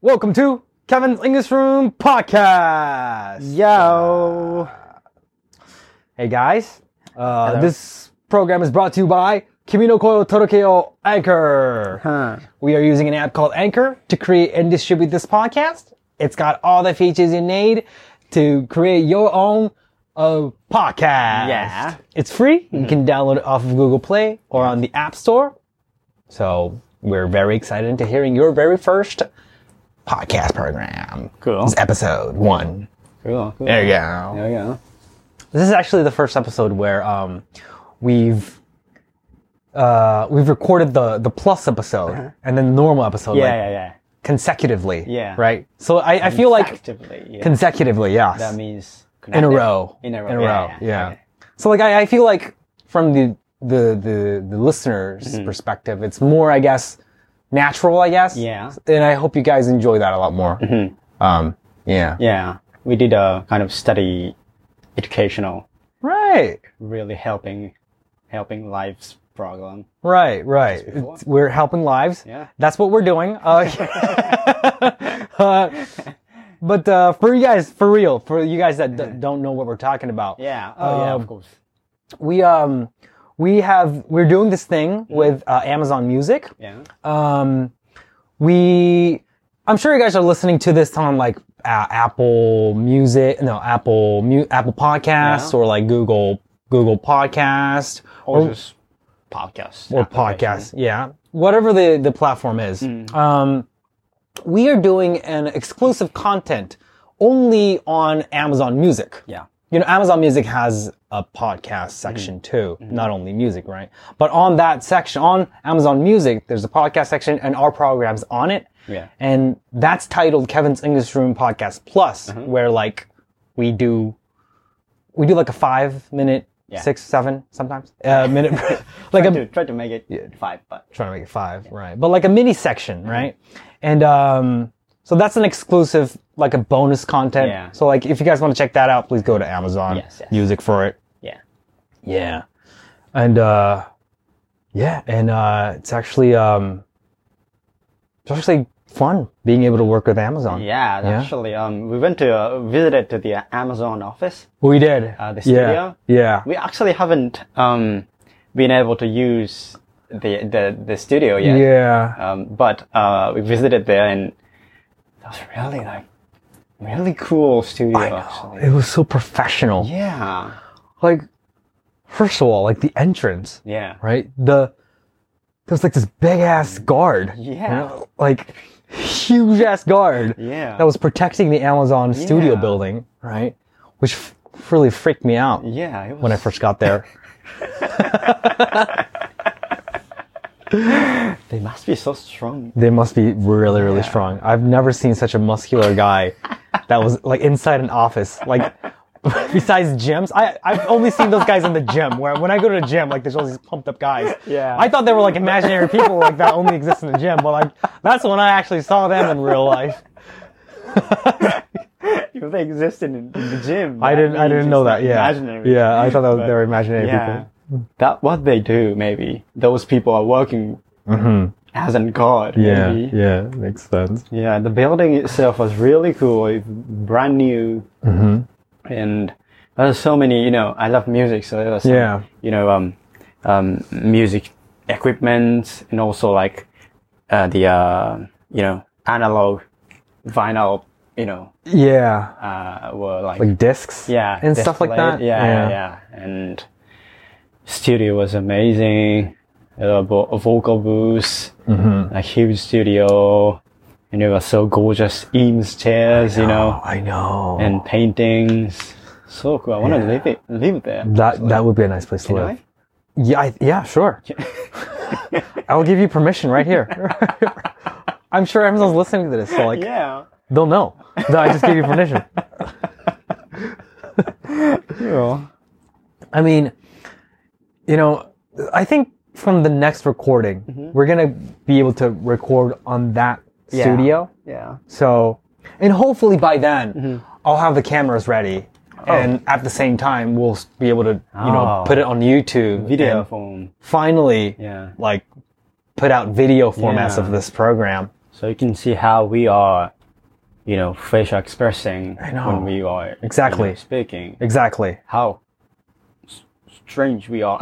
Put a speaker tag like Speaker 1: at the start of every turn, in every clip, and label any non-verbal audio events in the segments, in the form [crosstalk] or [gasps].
Speaker 1: Welcome to Kevin's English Room Podcast. Uh,
Speaker 2: Yo.
Speaker 1: Hey guys, uh,
Speaker 2: Hello.
Speaker 1: this program is brought to you by Kimi no Koyo Torokeo Anchor.
Speaker 2: Huh.
Speaker 1: We are using an app called Anchor to create and distribute this podcast. It's got all the features you need to create your own uh, podcast.
Speaker 2: Yeah. Mm-hmm.
Speaker 1: It's free. You can download it off of Google Play or on the App Store. So we're very excited to hearing your very first podcast program.
Speaker 2: Cool.
Speaker 1: It's episode one.
Speaker 2: Cool. cool.
Speaker 1: There you go.
Speaker 2: There you go.
Speaker 1: This is actually the first episode where um, we've uh, we've recorded the the plus episode and then the normal episode. like,
Speaker 2: Yeah, yeah, yeah.
Speaker 1: consecutively.
Speaker 2: Yeah.
Speaker 1: Right. So I, I feel like
Speaker 2: Actively, yeah.
Speaker 1: consecutively, yes.
Speaker 2: that means
Speaker 1: in a
Speaker 2: connected.
Speaker 1: row.
Speaker 2: In a row.
Speaker 1: In a
Speaker 2: yeah,
Speaker 1: row.
Speaker 2: yeah,
Speaker 1: Yeah.
Speaker 2: okay.
Speaker 1: So like I, I feel like from the the the, the listener's
Speaker 2: Mm-hmm.
Speaker 1: perspective, it's more I guess natural. I guess.
Speaker 2: Yeah. Mm-hmm.
Speaker 1: And I hope you guys enjoy that a lot more. Um. Yeah.
Speaker 2: Yeah. We did a kind of study, educational,
Speaker 1: Right.
Speaker 2: really helping, helping life's problem.
Speaker 1: Right, right.
Speaker 2: before.
Speaker 1: It's- We're helping lives.
Speaker 2: Yeah.
Speaker 1: That's what we're doing.
Speaker 2: [laughs]
Speaker 1: Uh, [laughs] uh, but uh, for you guys, for real, for you guys that d- don't know what we're talking about,
Speaker 2: Mm-hmm. Yeah. Oh yeah. Of course.
Speaker 1: we um we have we're doing this thing
Speaker 2: Mm-hmm.
Speaker 1: with uh, Amazon Music.
Speaker 2: Yeah.
Speaker 1: Um, we I'm sure you guys are listening to this on like uh, Apple Music, no Apple Mu- Apple Podcasts
Speaker 2: Yeah.
Speaker 1: or like Google Google Podcast
Speaker 2: Or, just podcast.
Speaker 1: or podcast. Yeah, whatever the the platform is.
Speaker 2: Hmm.
Speaker 1: Um, we are doing an exclusive content only on Amazon Music.
Speaker 2: Yeah.
Speaker 1: You know, Amazon Music has a
Speaker 2: Mm-hmm.
Speaker 1: podcast section too, not only music, right? But on that section, on Amazon Music, there's a podcast section and our program's on it.
Speaker 2: Yeah.
Speaker 1: And that's titled Kevin's English Room Podcast Plus,
Speaker 2: Mm-hmm.
Speaker 1: where like we do, we do like a five minute, six, seven sometimes, uh, minute, [laughs] like a,
Speaker 2: To try to make it five, but
Speaker 1: trying to make it five, right? But like a mini section,
Speaker 2: Mm-hmm.
Speaker 1: right? And um, so that's an exclusive, like a bonus content.
Speaker 2: Yeah.
Speaker 1: So like, if you guys want to check that out, please go to Amazon
Speaker 2: Yes, yes.
Speaker 1: Music for it.
Speaker 2: yeah.
Speaker 1: Yeah, and uh, yeah, and uh, it's actually um, it's actually fun being able to work with Amazon.
Speaker 2: Yeah, actually, um, we went to uh, visited to the Amazon office.
Speaker 1: we did.
Speaker 2: Uh, the
Speaker 1: yeah,
Speaker 2: studio?
Speaker 1: yeah,
Speaker 2: We actually haven't um, been able to use the the, the studio yet.
Speaker 1: yeah.
Speaker 2: Um, but uh, we visited there, and that was really like really cool studio. Actually.
Speaker 1: It was so professional.
Speaker 2: Oh. Yeah,
Speaker 1: Like, first of all, like the entrance.
Speaker 2: yeah,
Speaker 1: right? The there was like this big ass guard, you
Speaker 2: Yeah.
Speaker 1: know, like huge ass guard
Speaker 2: yeah.
Speaker 1: that was protecting the Amazon studio
Speaker 2: Yeah.
Speaker 1: building, right? Which f- really freaked me out
Speaker 2: yeah, it was
Speaker 1: when I first got
Speaker 2: [laughs]
Speaker 1: there.
Speaker 2: They must be so strong. [laughs]
Speaker 1: they must be really, really strong. I've never seen such a muscular guy that was like inside an office, like. [laughs] Besides gyms, I I've only seen those guys in the gym. Where when I go to the gym, like there's all these pumped up guys.
Speaker 2: Yeah.
Speaker 1: I thought they were like imaginary people like that only exist in the gym, but like that's when I actually saw them in real life.
Speaker 2: If they existed in, in the gym.
Speaker 1: I
Speaker 2: that
Speaker 1: didn't. I
Speaker 2: means
Speaker 1: didn't
Speaker 2: it's
Speaker 1: know
Speaker 2: not
Speaker 1: that. Yeah.
Speaker 2: imaginary.
Speaker 1: Yeah. I thought that was,
Speaker 2: But-
Speaker 1: they were imaginary
Speaker 2: Yeah,
Speaker 1: people.
Speaker 2: that what they do. Maybe those people are working as an god. maybe.
Speaker 1: Mm-hmm. Yeah. Makes sense.
Speaker 2: Yeah, the building itself was really cool. It's brand new, and there's so many. You know, I love music, so there was some,
Speaker 1: Yeah.
Speaker 2: You know, um, um, music equipment, and also like uh, the uh, you know analog, vinyl. You know,
Speaker 1: Yeah.
Speaker 2: uh, were like,
Speaker 1: Like discs.
Speaker 2: yeah,
Speaker 1: And stuff like
Speaker 2: displayed.
Speaker 1: that.
Speaker 2: Yeah, yeah, yeah. and studio was amazing. There were vo- vocal booths
Speaker 1: Mm-hmm.
Speaker 2: a huge studio, and it was so gorgeous. Eames chairs, you
Speaker 1: Oh,
Speaker 2: know,
Speaker 1: I know. And
Speaker 2: and paintings. So cool. I want to live it, live there.
Speaker 1: that that would be a nice place to
Speaker 2: Can
Speaker 1: live. Yeah. I, yeah.
Speaker 2: [laughs]
Speaker 1: Sure. I'll give you permission right here. I'm sure Amazon's listening to this, so
Speaker 2: I?
Speaker 1: like
Speaker 2: Yeah.
Speaker 1: they'll know. No, I just gave you
Speaker 2: [laughs]
Speaker 1: permission.
Speaker 2: Cool.
Speaker 1: I mean, you know, I think from the next recording, we're gonna be able to record on that studio.
Speaker 2: Mm-hmm. Yeah.
Speaker 1: So, and hopefully by then,
Speaker 2: Mm-hmm.
Speaker 1: I'll have the cameras ready. And at the same time, we'll s- be able to, you know,
Speaker 2: Oh.
Speaker 1: put it on YouTube.
Speaker 2: Video
Speaker 1: And
Speaker 2: form.
Speaker 1: finally,
Speaker 2: Yeah.
Speaker 1: like, put out video formats
Speaker 2: Yeah.
Speaker 1: of this program.
Speaker 2: So you can see how we are, you know, facial expressing
Speaker 1: know.
Speaker 2: when we are you know,
Speaker 1: Exactly.
Speaker 2: speaking.
Speaker 1: Exactly.
Speaker 2: How s- strange
Speaker 1: [laughs]
Speaker 2: we are.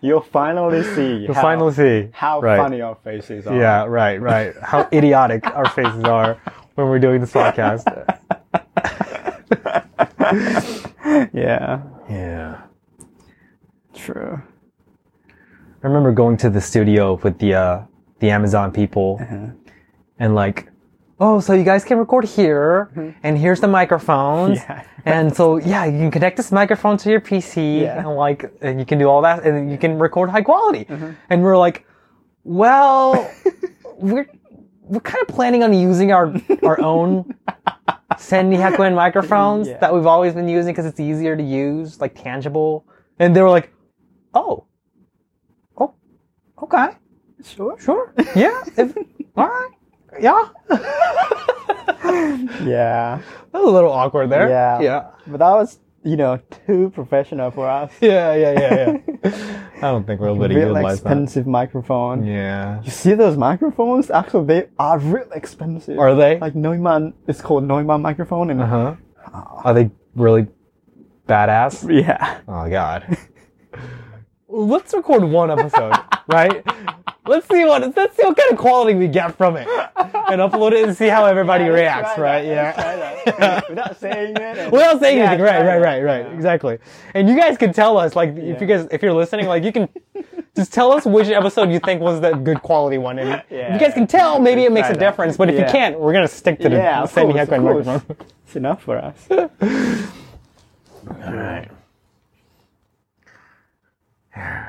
Speaker 2: You'll finally see
Speaker 1: You'll
Speaker 2: how,
Speaker 1: finally see.
Speaker 2: how
Speaker 1: Right.
Speaker 2: funny our faces are.
Speaker 1: Yeah, right, right. How idiotic our faces are when we're doing this podcast.
Speaker 2: [laughs] Yeah.
Speaker 1: Yeah.
Speaker 2: True.
Speaker 1: I remember going to the studio with the uh, the Amazon people
Speaker 2: Uh-huh.
Speaker 1: and like, oh, so you guys can record here, and here's the microphones,
Speaker 2: Mm-hmm. [laughs] Yeah.
Speaker 1: and so yeah, you can connect this microphone to your PC,
Speaker 2: Yeah.
Speaker 1: and like, and you can do all that, and you can record high quality,
Speaker 2: Mm-hmm.
Speaker 1: and we're like, well, [laughs] we're we're kind of planning on using our our own. Sandy Hakuen microphones
Speaker 2: Yeah.
Speaker 1: that we've always been using because it's easier to use, like tangible. And they were like, "Oh, oh, okay."
Speaker 2: Sure.
Speaker 1: Sure. Yeah. If, [laughs] all right. Yeah.
Speaker 2: Yeah.
Speaker 1: That was a little awkward there.
Speaker 2: Yeah.
Speaker 1: Yeah.
Speaker 2: But that was, you know, too professional for us.
Speaker 1: Yeah. Yeah. Yeah. yeah. I don't think we're able to
Speaker 2: Real
Speaker 1: utilize that.
Speaker 2: expensive microphone.
Speaker 1: Yeah.
Speaker 2: You see those microphones? Actually, they are really expensive.
Speaker 1: Are they?
Speaker 2: Like Neumann, it's called Neumann microphone, and
Speaker 1: Uh huh. Are they really [laughs] badass?
Speaker 2: yeah,
Speaker 1: Oh God. Let's record one episode, [laughs] right? Let's see what let's see what kind of quality we get from it, and upload it and see how everybody reacts, right? Yeah.
Speaker 2: Without saying it. [laughs] and-
Speaker 1: without saying
Speaker 2: Yeah,
Speaker 1: anything. Right,
Speaker 2: try
Speaker 1: right,
Speaker 2: that.
Speaker 1: right, right. Exactly. And you guys can tell us, like, if you guys, if you're listening, like, you
Speaker 2: [laughs]
Speaker 1: can just tell us which episode you think was the good quality one. And
Speaker 2: [laughs] Yeah.
Speaker 1: if you guys can tell, maybe it makes a
Speaker 2: Try that.
Speaker 1: difference. But if
Speaker 2: Yeah.
Speaker 1: you can't, we're gonna stick to the
Speaker 2: Yeah, of
Speaker 1: same
Speaker 2: course, of
Speaker 1: Hecklin
Speaker 2: course.
Speaker 1: microphone.
Speaker 2: It's enough for us.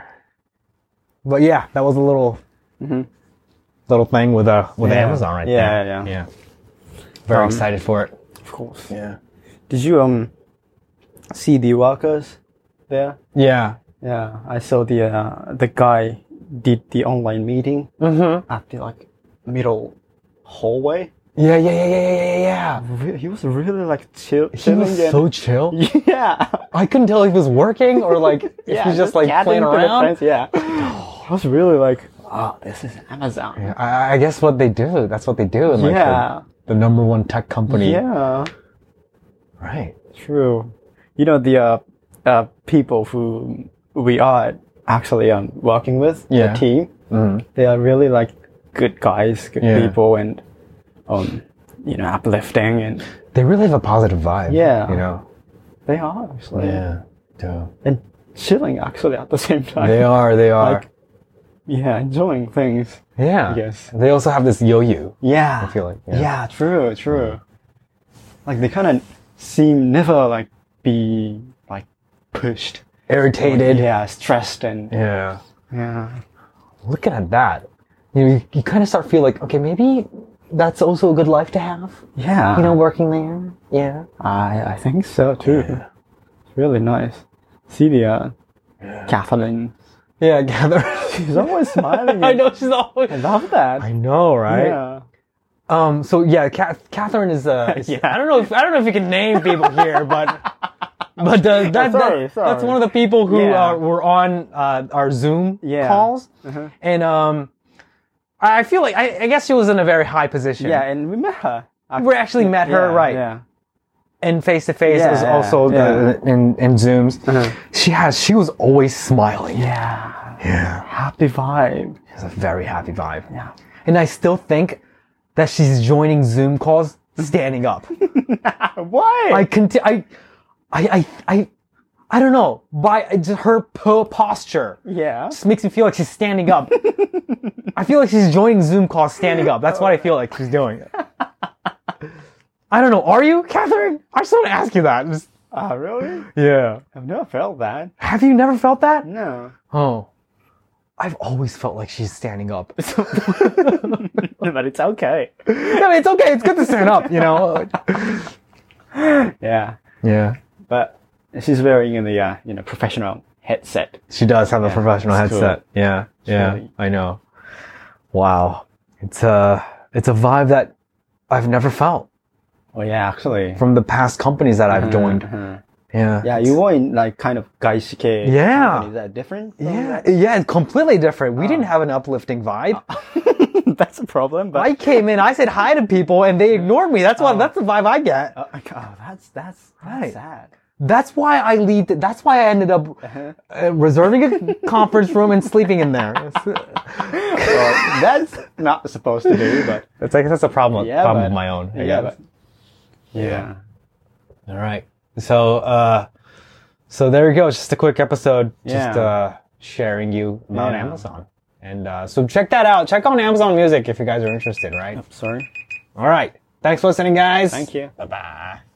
Speaker 1: [sighs] But yeah, that was a little little thing with uh with
Speaker 2: Mm-hmm. Yeah.
Speaker 1: Amazon right
Speaker 2: Yeah,
Speaker 1: there.
Speaker 2: Um, yeah.
Speaker 1: yeah. Very excited for it.
Speaker 2: Of course.
Speaker 1: Yeah.
Speaker 2: Did you um see the workers there?
Speaker 1: Yeah.
Speaker 2: Yeah, I saw the uh, the guy did the online meeting at the like middle hallway.
Speaker 1: Yeah, yeah, yeah, yeah, yeah, yeah, yeah.
Speaker 2: Re- He was really like chill.
Speaker 1: He was so chill.
Speaker 2: [laughs] yeah.
Speaker 1: I couldn't tell if he was working or like if
Speaker 2: [laughs] yeah,
Speaker 1: he's just like
Speaker 2: chatting
Speaker 1: playing
Speaker 2: to the
Speaker 1: around. [gasps]
Speaker 2: friends, yeah. I was really like, oh, this is Amazon. Yeah.
Speaker 1: I, I guess what they do. That's what they do. in, Like the-
Speaker 2: Yeah.
Speaker 1: the, number one tech company. Right.
Speaker 2: True. You know the uh, uh, people who we are actually um, working with,
Speaker 1: Yeah. Mm-hmm.
Speaker 2: the team. They are really like good guys, good
Speaker 1: Yeah.
Speaker 2: people, and um, you know, uplifting, and
Speaker 1: They really have a positive vibe.
Speaker 2: Yeah.
Speaker 1: You know.
Speaker 2: they are actually
Speaker 1: Yeah.
Speaker 2: and chilling actually at the same time.
Speaker 1: They are. They are.
Speaker 2: Like- Yeah, enjoying things.
Speaker 1: yeah.
Speaker 2: Yes.
Speaker 1: They also have this yo-yo.
Speaker 2: Yeah.
Speaker 1: I feel like.
Speaker 2: Yeah, true, true. Like they kind of seem never like be like pushed,
Speaker 1: Irritated.
Speaker 2: yeah, stressed, and
Speaker 1: Yeah.
Speaker 2: yeah,
Speaker 1: Looking at that, you know, you, you kind of start feel like, okay, maybe that's also a good life to have.
Speaker 2: yeah.
Speaker 1: You know, working there. Yeah.
Speaker 2: I I think so too. It's really nice. See the uh, Catherine.
Speaker 1: Yeah. [laughs] Gather.
Speaker 2: She's always smiling.
Speaker 1: I know she's always.
Speaker 2: [laughs] I love that.
Speaker 1: I know, right?
Speaker 2: Yeah.
Speaker 1: Um. So yeah, Ca- Catherine is. Uh, is-
Speaker 2: [laughs] Yeah.
Speaker 1: I don't know. If, I don't know if you can name people here,
Speaker 2: [laughs]
Speaker 1: but but uh, that, that-
Speaker 2: Oh, sorry, sorry.
Speaker 1: that's one of the people who
Speaker 2: Yeah.
Speaker 1: uh, were on uh, our Zoom
Speaker 2: Yeah.
Speaker 1: calls,
Speaker 2: Uh-huh.
Speaker 1: and um, I I feel like I, I guess she was in a very high position.
Speaker 2: Yeah, and we met her.
Speaker 1: We actually met her
Speaker 2: Yeah,
Speaker 1: right,
Speaker 2: Yeah.
Speaker 1: and face to face
Speaker 2: Yeah,
Speaker 1: is also the, in in Zooms.
Speaker 2: Uh-huh.
Speaker 1: She has. She was always smiling.
Speaker 2: Yeah.
Speaker 1: Yeah,
Speaker 2: Happy vibe.
Speaker 1: it's a very happy vibe.
Speaker 2: Yeah.
Speaker 1: and I still think that she's joining Zoom calls standing up.
Speaker 2: Uh, Why?
Speaker 1: I conti- I, I, I, I, I don't know. By it's her po- posture
Speaker 2: yeah.
Speaker 1: just makes me feel like she's standing up. I feel like she's joining Zoom calls standing up. That's what I feel like she's doing. I don't know. Are you, Catherine? I just want to ask you that. Just-
Speaker 2: Ah, [laughs] really?
Speaker 1: yeah.
Speaker 2: I've never felt that.
Speaker 1: Have you never felt that?
Speaker 2: [laughs] No.
Speaker 1: Oh. I've always felt like she's standing up. [laughs]
Speaker 2: but it's okay.
Speaker 1: I mean, it's okay. It's good to stand up, you know?
Speaker 2: Yeah,
Speaker 1: Yeah.
Speaker 2: but she's wearing the uh, you know professional headset.
Speaker 1: She does have a professional
Speaker 2: it's cool.
Speaker 1: headset. Yeah, yeah,
Speaker 2: really-
Speaker 1: I know. Wow, it's a it's a vibe that I've never felt
Speaker 2: Oh yeah, actually.
Speaker 1: from the past companies that I've joined.
Speaker 2: Uh-huh.
Speaker 1: Yeah.
Speaker 2: Yeah, you were in like kind of gaishike.
Speaker 1: Yeah.
Speaker 2: Is that Oh. different? from
Speaker 1: Yeah, yeah, it's completely different. We didn't have an uplifting
Speaker 2: [laughs]
Speaker 1: vibe.
Speaker 2: that? [laughs] That's a problem. But
Speaker 1: I came in, I said hi to people, and they ignored me. That's why. That's the vibe I get.
Speaker 2: oh, oh, that's that's that's
Speaker 1: Right.
Speaker 2: sad.
Speaker 1: That's why I lead. That's why I ended up
Speaker 2: Uh-huh.
Speaker 1: uh, reserving a conference room and sleeping in
Speaker 2: [laughs]
Speaker 1: there. It's-
Speaker 2: Well, that's not supposed to be, but
Speaker 1: That's like that's a problem.
Speaker 2: yeah,
Speaker 1: problem
Speaker 2: but-
Speaker 1: of my own. I
Speaker 2: yeah,
Speaker 1: guess.
Speaker 2: but- yeah.
Speaker 1: All right. So, uh, so there you go. It's Just a quick episode. Just
Speaker 2: Yeah.
Speaker 1: uh, sharing you about
Speaker 2: Yeah.
Speaker 1: Amazon. And uh, so check that out. Check on Amazon Music if you guys are interested. Right.
Speaker 2: Sorry.
Speaker 1: All right. Thanks for listening, guys.
Speaker 2: Thank you.
Speaker 1: Bye bye.